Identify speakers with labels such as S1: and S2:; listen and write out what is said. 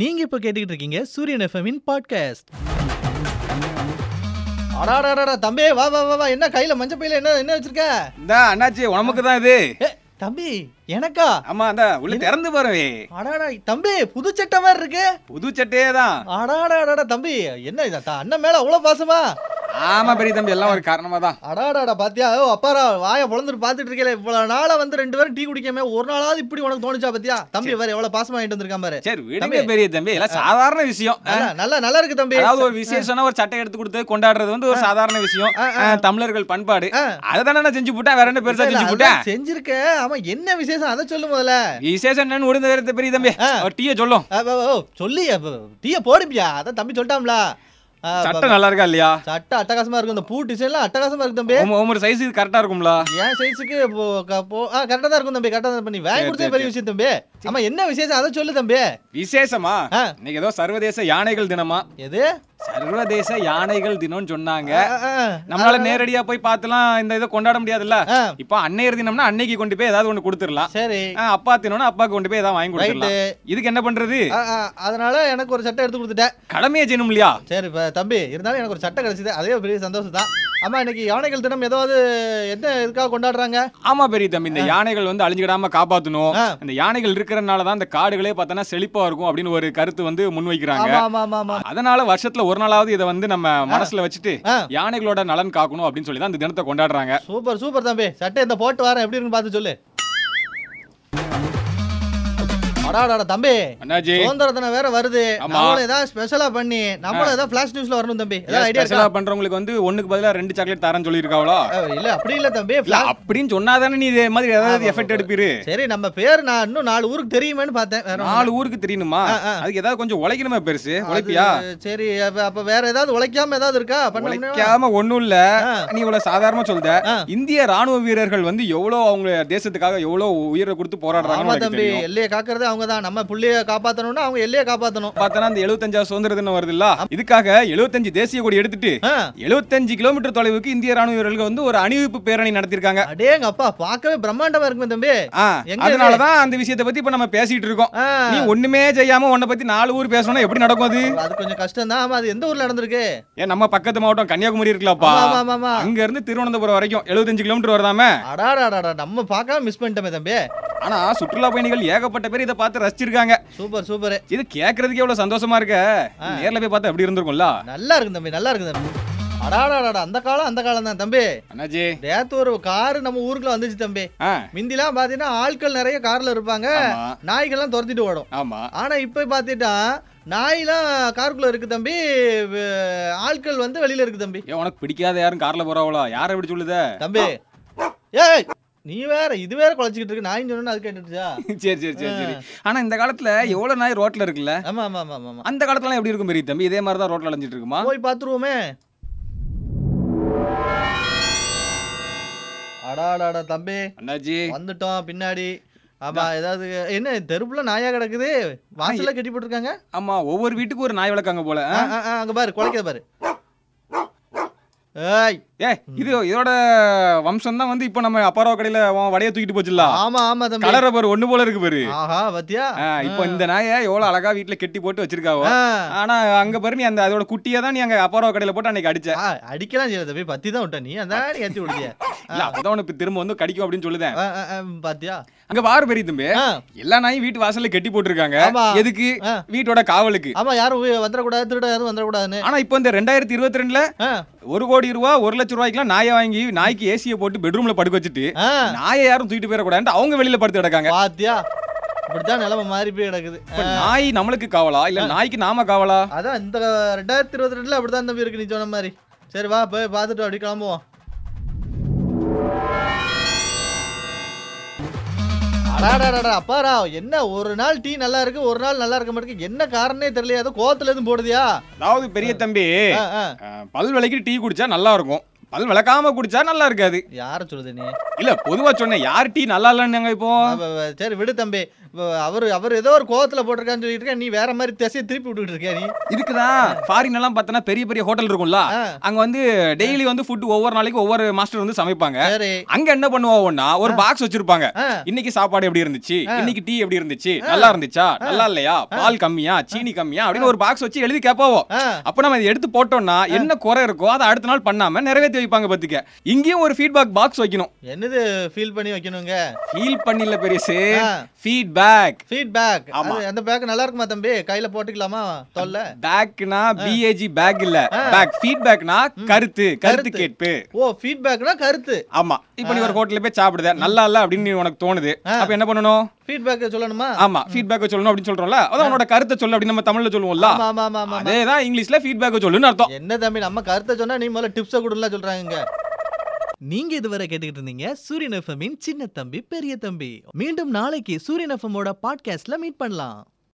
S1: நீங்க இப்ப கேட்டுக்கிட்டு இருக்கீங்க சூரியன் எஃப்எம்மின் பாட்காஸ்ட்
S2: அடாடாடா தம்பி வா வா வா வா என்ன கையில மஞ்ச பையில என்ன என்ன வச்சிருக்க
S3: இந்த அண்ணாச்சி உனக்கு தான் இது
S2: ஏ, தம்பி எனக்கா
S3: ஆமா அந்த உள்ள திறந்து பாருவே
S2: அடாடா தம்பி புது சட்டை மாதிரி இருக்கு
S3: புது சட்டையே தான்
S2: அடாடாடாடா தம்பி என்ன இது த- அண்ணன் மேல அவ்வளவு பாசமா
S3: ஆமா பெரிய தம்பி எல்லாம் ஒரு காரணமா தான்
S2: அடாடாடா பாத்தியா ஓ அப்பாரா வாய பொழந்துட்டு பாத்துட்டு இருக்கல இவ்வளவு நாளா வந்து ரெண்டு பேரும் டீ குடிக்காம ஒரு நாளாவது இப்படி உனக்கு தோணுச்சா பாத்தியா தம்பி வேற எவ்வளவு பாசமா வாங்கிட்டு வந்திருக்கான் பாரு
S3: சரி விடுங்க பெரிய தம்பி எல்லாம் சாதாரண விஷயம்
S2: நல்லா- நல்லா நல்லா இருக்கு தம்பி
S3: அதாவது ஒரு விசேஷம்னா ஒரு சட்டை எடுத்து கொடுத்து கொண்டாடுறது வந்து ஒரு சாதாரண விஷயம் அஹ், தமிழர்கள் பண்பாடு
S2: ஆ.
S3: அதை தானே நான் செஞ்சு போட்டேன் வேற என்ன பெருசா
S2: இல்ல,
S3: செஞ்சு
S2: நல்லா
S3: போட்டேன்
S2: செஞ்சிருக்க ஆமா என்ன விசேஷம் அதை சொல்லு முதல்ல
S3: விசேஷம் என்னன்னு விடுந்த வேற பெரிய தம்பி
S2: ஆ.
S3: ஒரு டீயை சொல்லும்
S2: அ, ஓ, ஓ, சொல்லி டீய போடுப்பியா அதான் தம்பி சொல்லிட்டாம்ல அ,
S3: சட்டை நல்லா இருக்கா இல்லையா
S2: சட்டை அட்டகாசமா இருக்கும் இந்த பூ டிசைன்லாம் அட்டகாசமா இருக்கு தம்பி
S3: உம், உம் ஒரு சைஸ் இது கரெக்டா இருக்கும்ல
S2: என் சைஸுக்கு கரெக்டா தான் இருக்கும் தம்பி கரெக்டா தான் பண்ணி வாங்கி
S3: சரி,
S2: கொடுத்தே
S3: சரி,
S2: பெரிய விஷயம் தம்பி ஆமா என்ன விசேஷம் அதை சொல்லு தம்பி
S3: விசேஷமா
S2: ஆ.
S3: இன்னைக்கு ஏதோ சர்வதேச யானைகள் தினமா
S2: எது
S3: சர்வதேச யானைகள் தினம்னு சொன்னாங்க
S2: அ, அ, அ.
S3: நம்மளால நேரடியா போய் பார்த்துலாம் இந்த இதை கொண்டாட முடியாதுல்ல
S2: ஆ.
S3: இப்போ அன்னையர் தினம்னா அன்னைக்கு கொண்டு போய் ஏதாவது ஒண்ணு கொடுத்துடலாம்
S2: சரி
S3: ஆ, அப்பா தினம்னா அப்பாக்கு கொண்டு போய் ஏதாவது வாங்கி கொடுத்துடலாம் இதுக்கு என்ன பண்றது
S2: அ, அ, அதனால எனக்கு ஒரு சட்டை எடுத்து கொடுத்துட்டேன்
S3: கடமையை செய்யணும் இல்லையா
S2: சரி இப்ப தம்பி இருந்தாலும் எனக்கு ஒரு சட்டை கிடைச்சது அதே ஒரு பெரிய சந்தோஷம் தான் ஆமா இன்னைக்கு யானைகள் தினம் ஏதாவது என்ன இதுக்காக கொண்டாடுறாங்க
S3: ஆமா பெரிய தம்பி இந்த யானைகள் வந்து அழிஞ்சிடாம காப்பாத்தணும்
S2: ஆ.
S3: இந்த யானைகள் இருக்கிறனால தான் இந்த காடுகளே பார்த்தோன்னா செழிப்பா இருக்கும் அப்படின்னு ஒரு கருத்து வந்து முன்வைக்கிறாங்க
S2: ஆமா ஆமா ஆமா ஆமா
S3: அதனால வருஷத்துல ஒரு நாளாவது இதை வந்து நம்ம மனசுல வச்சுட்டு
S2: ஆ.
S3: யானைகளோட நலன் காக்கணும் அப்படின்னு சொல்லி தான் இந்த தினத்தை கொண்டாடுறாங்க
S2: சூப்பர் சூப்பர் தம்பி சட்டை இந்த போட்டு வரேன் எப்படி இருக்குன்னு பார்த்து சொல்லு அடாடாடா தம்பி
S3: அண்ணாஜி
S2: சுதந்திர தினம் வேற வருது
S3: ஆமா.
S2: நம்மளும் ஏதாவது ஸ்பெஷலா பண்ணி நம்மளும் ஏதாவது ஃபிளாஷ் நியூஸ்ல வரணும் தம்பி ஏதாவது ஐடியா இருக்கா
S3: ஸ்பெஷலா பண்றவங்களுக்கு வந்து ஒண்ணுக்கு பதிலா ரெண்டு சாக்லேட் தரேன்னு சொல்லியிருக்காவளா
S2: அஹ், இல்ல அப்படி இல்ல தம்பி
S3: இல்ல
S2: flash-
S3: அப்படின்னு சொன்னாதானே நீ இதே மாதிரி ஏதாவது எஃபெக்ட் எடுப்பிரு
S2: சரி நம்ம பேர் நான் இன்னும் நாலு ஊருக்கு தெரியுமேன்னு பார்த்தேன் வேற ஒண்ணும்
S3: நாலு ஊருக்கு தெரியணுமா அதுக்கு ஏதாவது கொஞ்சம் உழைக்கணுமா பெருசு
S2: இல்ல.
S3: உழைப்பியா
S2: அது, சரி அப்ப- அப்ப வேற ஏதாவது உழைக்காம ஏதாவது இருக்கா பண்ண முடியுமா?
S3: உழைக்காம ஒண்ணும் இல்ல
S2: ஆ.
S3: நீ இவ்வளவு சாதாரணமா சொல்ற
S2: ஆ.
S3: இந்திய ராணுவ வீரர்கள் வந்து எவ்வளவு அவங்க தேசத்துக்காக எவ்வளவு உயிரை கொடுத்து
S2: ஆமா
S3: போராடுறாங்க
S2: தம்பி எல்லையை காக்குறது அவங்க தான் நம்ம புள்ளைய காப்பாத்தணும்னா அவங்க எல்லையை காப்பாத்தணும்
S3: பார்த்தனா அந்த 75 சுதந்திர தினம் வருதுல்ல இதுக்காக 75 தேசிய கொடி எடுத்துட்டு
S2: ஆ.
S3: 75 கிலோமீட்டர் தொலைவுக்கு இந்திய ராணுவ வீரர்கள் வந்து ஒரு அணிவிப்பு பேரணி நடத்திருக்காங்க
S2: அடேங்க அப்பா பார்க்கவே பிரம்மாண்டமா இருக்குமே தம்பி
S3: ஆ,
S2: எங்க
S3: அதனாலதான் அந்த விஷயத்தை பத்தி இப்ப நம்ம பேசிட்டு இருக்கோம்
S2: ஆ.
S3: நீ ஒண்ணுமே செய்யாம உன்னை பத்தி நாலு ஊர் பேசணும்னா எப்படி நடக்கும் அது
S2: அது கொஞ்சம் கஷ்டம் தான் ஆமா அது எந்த ஊர்ல நடந்திருக்கு
S3: ஏன் நம்ம பக்கத்து மாவட்டம் கன்னியாகுமரி இருக்கலாப்பா
S2: ஆமா ஆமா ஆமா
S3: அங்க இருந்து திருவனந்தபுரம் வரைக்கும் 75 கிலோமீட்டர் வருதாமே
S2: அடாடாடாடா நம்ம பார்க்காம மிஸ் பண்ணிட்டோமே தம்பி
S3: ஆனா சுற்றுலா பயணிகள் ஏகப்பட்ட பேர் இதை பார்த்து ரசிச்சிருக்காங்க
S2: சூப்பர் சூப்பர்
S3: இது கேட்கறதுக்கே எவ்வளவு சந்தோஷமா இருக்க நேர்ல போய் பார்த்தா எப்படி இருந்திருக்கும்ல
S2: நல்லா இருக்கு தம்பி நல்லா இருக்கு தம்பி அடாடாடாடா அந்த காலம் அந்த காலம் தான் தம்பி
S3: அண்ணாஜி
S2: நேத்து ஒரு கார் நம்ம ஊருக்குள்ள வந்துச்சு தம்பி
S3: ஆ,
S2: மிந்திலாம் பாத்தீங்கன்னா ஆட்கள் நிறைய கார்ல இருப்பாங்க
S3: ஆமா
S2: நாய்கள்லாம் துரத்திட்டு ஓடும்
S3: ஆமா
S2: ஆனா இப்ப பாத்துட்டா நாய்லாம் காருக்குள்ள இருக்கு தம்பி வே- ஆட்கள் வந்து வெளியில இருக்கு தம்பி
S3: ஏன் உனக்கு பிடிக்காத யாரும் கார்ல போறாவளா யாரை இப்படி சொல்லுத
S2: தம்பி ஏய் நீ வேற இது வேற குழச்சிக்கிட்டு இருக்கு நாயின்னு சொன்னா அது கேட்டுச்சா
S3: சரி சரி சரி சரி ஆனா இந்த காலத்துல எவ்வளவு நாய் ரோட்ல இருக்குல்ல
S2: ஆமா ஆமா ஆமா ஆமா ஆமா
S3: அந்த காலத்துல எப்படி இருக்கும் பெரிய தம்பி இதே மாதிரி தான் ரோட்ல அலைஞ்சிட்டு இருக்குமா
S2: போய் பாத்துருவோமே அடாடாடா தம்பி
S3: அண்ணாஜி
S2: வந்துட்டோம் பின்னாடி ஆமா ஏதாவது என்ன தெருப்புல நாயா கிடக்குது வாசல்ல கட்டி போட்டிருக்காங்க
S3: ஆமா ஒவ்வொரு வீட்டுக்கு ஒரு நாய் வளர்க்காங்க போல
S2: ஆ, ஆ, ஆ, அங்க பாரு குலைக்க பாரு ஏய்
S3: ஏ இது இதோட வம்சம் தான் வந்து இப்போ நம்ம அப்பாரோ கடையில உன் வடையை தூக்கிட்டு போச்சுல
S2: ஆமா ஆமா தம்பி
S3: கலரை பாரு ஒண்ணு போல இருக்கு பாரு
S2: ஆஹா பத்தியா
S3: ஆ, இப்போ இந்த நாயை எவ்வளவு அழகா வீட்டுல கெட்டி போட்டு வச்சிருக்காவோ ஆனா அங்க பாரு நீ அந்த அதோட குட்டியை தான் நீ அங்க அப்பாரோ கடையில போட்டு அன்னைக்கு அடிச்ச
S2: அடிக்கலாம் செய்யல தம்பி பத்தி தான் விட்ட நீ அதான் ஏத்தி விடுதியா
S3: இல்ல அப்பதான் உனக்கு திரும்ப வந்து கடிக்கும் அப்படின்னு சொல்லுதேன்
S2: பாத்தியா
S3: அங்க பாரு பெரிய தம்பி
S2: ஆ,
S3: எல்லா நாயும் வீட்டு வாசல்ல கெட்டி போட்டிருக்காங்க
S2: ஆமா.
S3: எதுக்கு
S2: ஆ.
S3: வீட்டோட காவலுக்கு
S2: ஆமா யாரும் உ- வந்துடக்கூடாது திருட யாரும் வந்துடக்கூடாதுன்னு
S3: ஆனா இப்போ இந்த ரெண்டாயிரத்தி இருபத்தி ரெண்டுல
S2: ஆ,
S3: ஒரு கோடி ரூபா ஒரு லட்ச ரூபாய்க்குலாம் நாயை வாங்கி நாய்க்கு ஏசியை போட்டு பெட்ரூம்ல படுக்க வச்சுட்டு
S2: ஆ,
S3: நாயை யாரும் தூக்கிட்டு போயிடக்கூடாதுன்னு அவங்க வெளியில படுத்து கிடக்காங்க
S2: பாத்தியா இப்படித்தான் நிலைமை மாறி போய் கிடக்குது
S3: இப்ப நாய் நம்மளுக்கு காவலா இல்ல நாய்க்கு நாம காவலா
S2: அதான் இந்த ரெண்டாயிரத்தி இருபத்தி ரெண்டுல அப்படித்தான் தம்பி இருக்கு நீ சொன்ன மாதிரி சரி வா போய் பார்த்துட்டு அப்படி கிளம்புவோம் அடாடாடாடா, அப்பாடா என்ன ஒரு நாள் டீ நல்லா இருக்கு ஒரு நாள் நல்லா இருக்க மாட்டேங்குது என்ன காரணமே தெரியல ஏதோ கோவத்துல எதுவும் போடுதியா
S3: அதாவது பெரிய தம்பி
S2: ஆ, ஆ.
S3: அஹ், பல் விளக்கி டீ குடிச்சா நல்லா இருக்கும் பல் விளக்காம குடிச்சா நல்லா இருக்காது
S2: யார சொல்லுது நீ
S3: இல்ல பொதுவா சொன்னேன் யார் டீ நல்லா இல்லைன்னாங்க இப்போ
S2: அவ- அவ- சரி விடு தம்பி அவ- அவரு அவர் ஏதோ ஒரு கோவத்துல போட்டிருக்கான்னு சொல்லிட்டு இருக்க நீ வேற மாதிரி திசையை திருப்பி விட்டுட்டு இருக்கியா நீ
S3: இதுக்குதான் ஃபாரின் எல்லாம் பார்த்தனா பெரிய பெரிய ஹோட்டல் இருக்கும்ல
S2: ஆ,
S3: அங்க வந்து டெய்லி வந்து ஃபுட் ஒவ்வொரு நாளைக்கு ஒவ்வொரு மாஸ்டர் வந்து சமைப்பாங்க
S2: சரி
S3: அங்க என்ன பண்ணுவோம்னா ஒரு பாக்ஸ் வச்சிருப்பாங்க
S2: ஆ,
S3: இன்னைக்கு சாப்பாடு எப்படி இருந்துச்சு இன்னைக்கு டீ எப்படி இருந்துச்சு நல்லா இருந்துச்சா நல்லா இல்லையா பால் கம்மியா சீனி கம்மியா அப்படின்னு ஒரு பாக்ஸ் வச்சு எழுதி கேட்பாவோ
S2: ஆ.
S3: அப்ப நம்ம இதை எடுத்து போட்டோம்னா என்ன குறை இருக்கோ அதை அடுத்த நாள் பண்ணாம நிறைவேற்றி வைப்பாங்க பாத்துக்க இங்கேயும் ஒரு ஃபீட்பேக் பாக்ஸ் வைக்கணும்
S2: என்னது ஃபீல் பண்ணி வைக்கணுங்க
S3: ஃபீல் பண்ணில பெருசு
S2: ஆ.
S3: ஃபீட்பேக்
S2: ஃபீட்பேக்
S3: ஆமா.
S2: அந்த பேக் நல்லா இருக்குமா தம்பி கையில போட்டுக்கலாமா தொல்ல
S3: பேக்னா பிஏஜி பேக் இல்ல பேக் ஃபீட்பேக்னா கருத்து கருத்து
S2: கருத்து.
S3: கேட்பு
S2: ஓ ஃபீட்பேக்னா கருத்து
S3: ஆமா இப்ப நீ ஒரு ஹோட்டல்ல போய் சாப்பிடுத நல்லா இல்ல அப்படின்னு உனக்கு தோணுது அப்ப என்ன பண்ணணும்
S2: ஃபீட்பேக் சொல்லணுமா
S3: ஆமா ஃபீட்பேக் சொல்லணும் அப்படின்னு சொல்றோம்ல அதான் உன்னோட கருத்தை சொல்லு அப்படின்னு நம்ம தமிழ்ல சொல்லுவோம்ல
S2: ஆமா ஆமா ஆமா ஆமா
S3: அதேதான் இங்கிலீஷ்ல ஃபீட்பேக் சொல்லுன்னு அர்த்தம்
S2: என்ன தம்பி நம்ம கருத்தை சொன்னா நீ முதல்ல டிப்ஸை கொடுலாம் சொல்றாங்க
S1: நீங்க இதுவரை கேட்டுக்கிட்டு இருந்தீங்க சூரியன் எஃப்எம்மின் சின்ன தம்பி பெரிய தம்பி மீண்டும் நாளைக்கு சூரியன் எஃப்எம்மோட பாட்காஸ்ட்ல மீட் பண்ணலாம்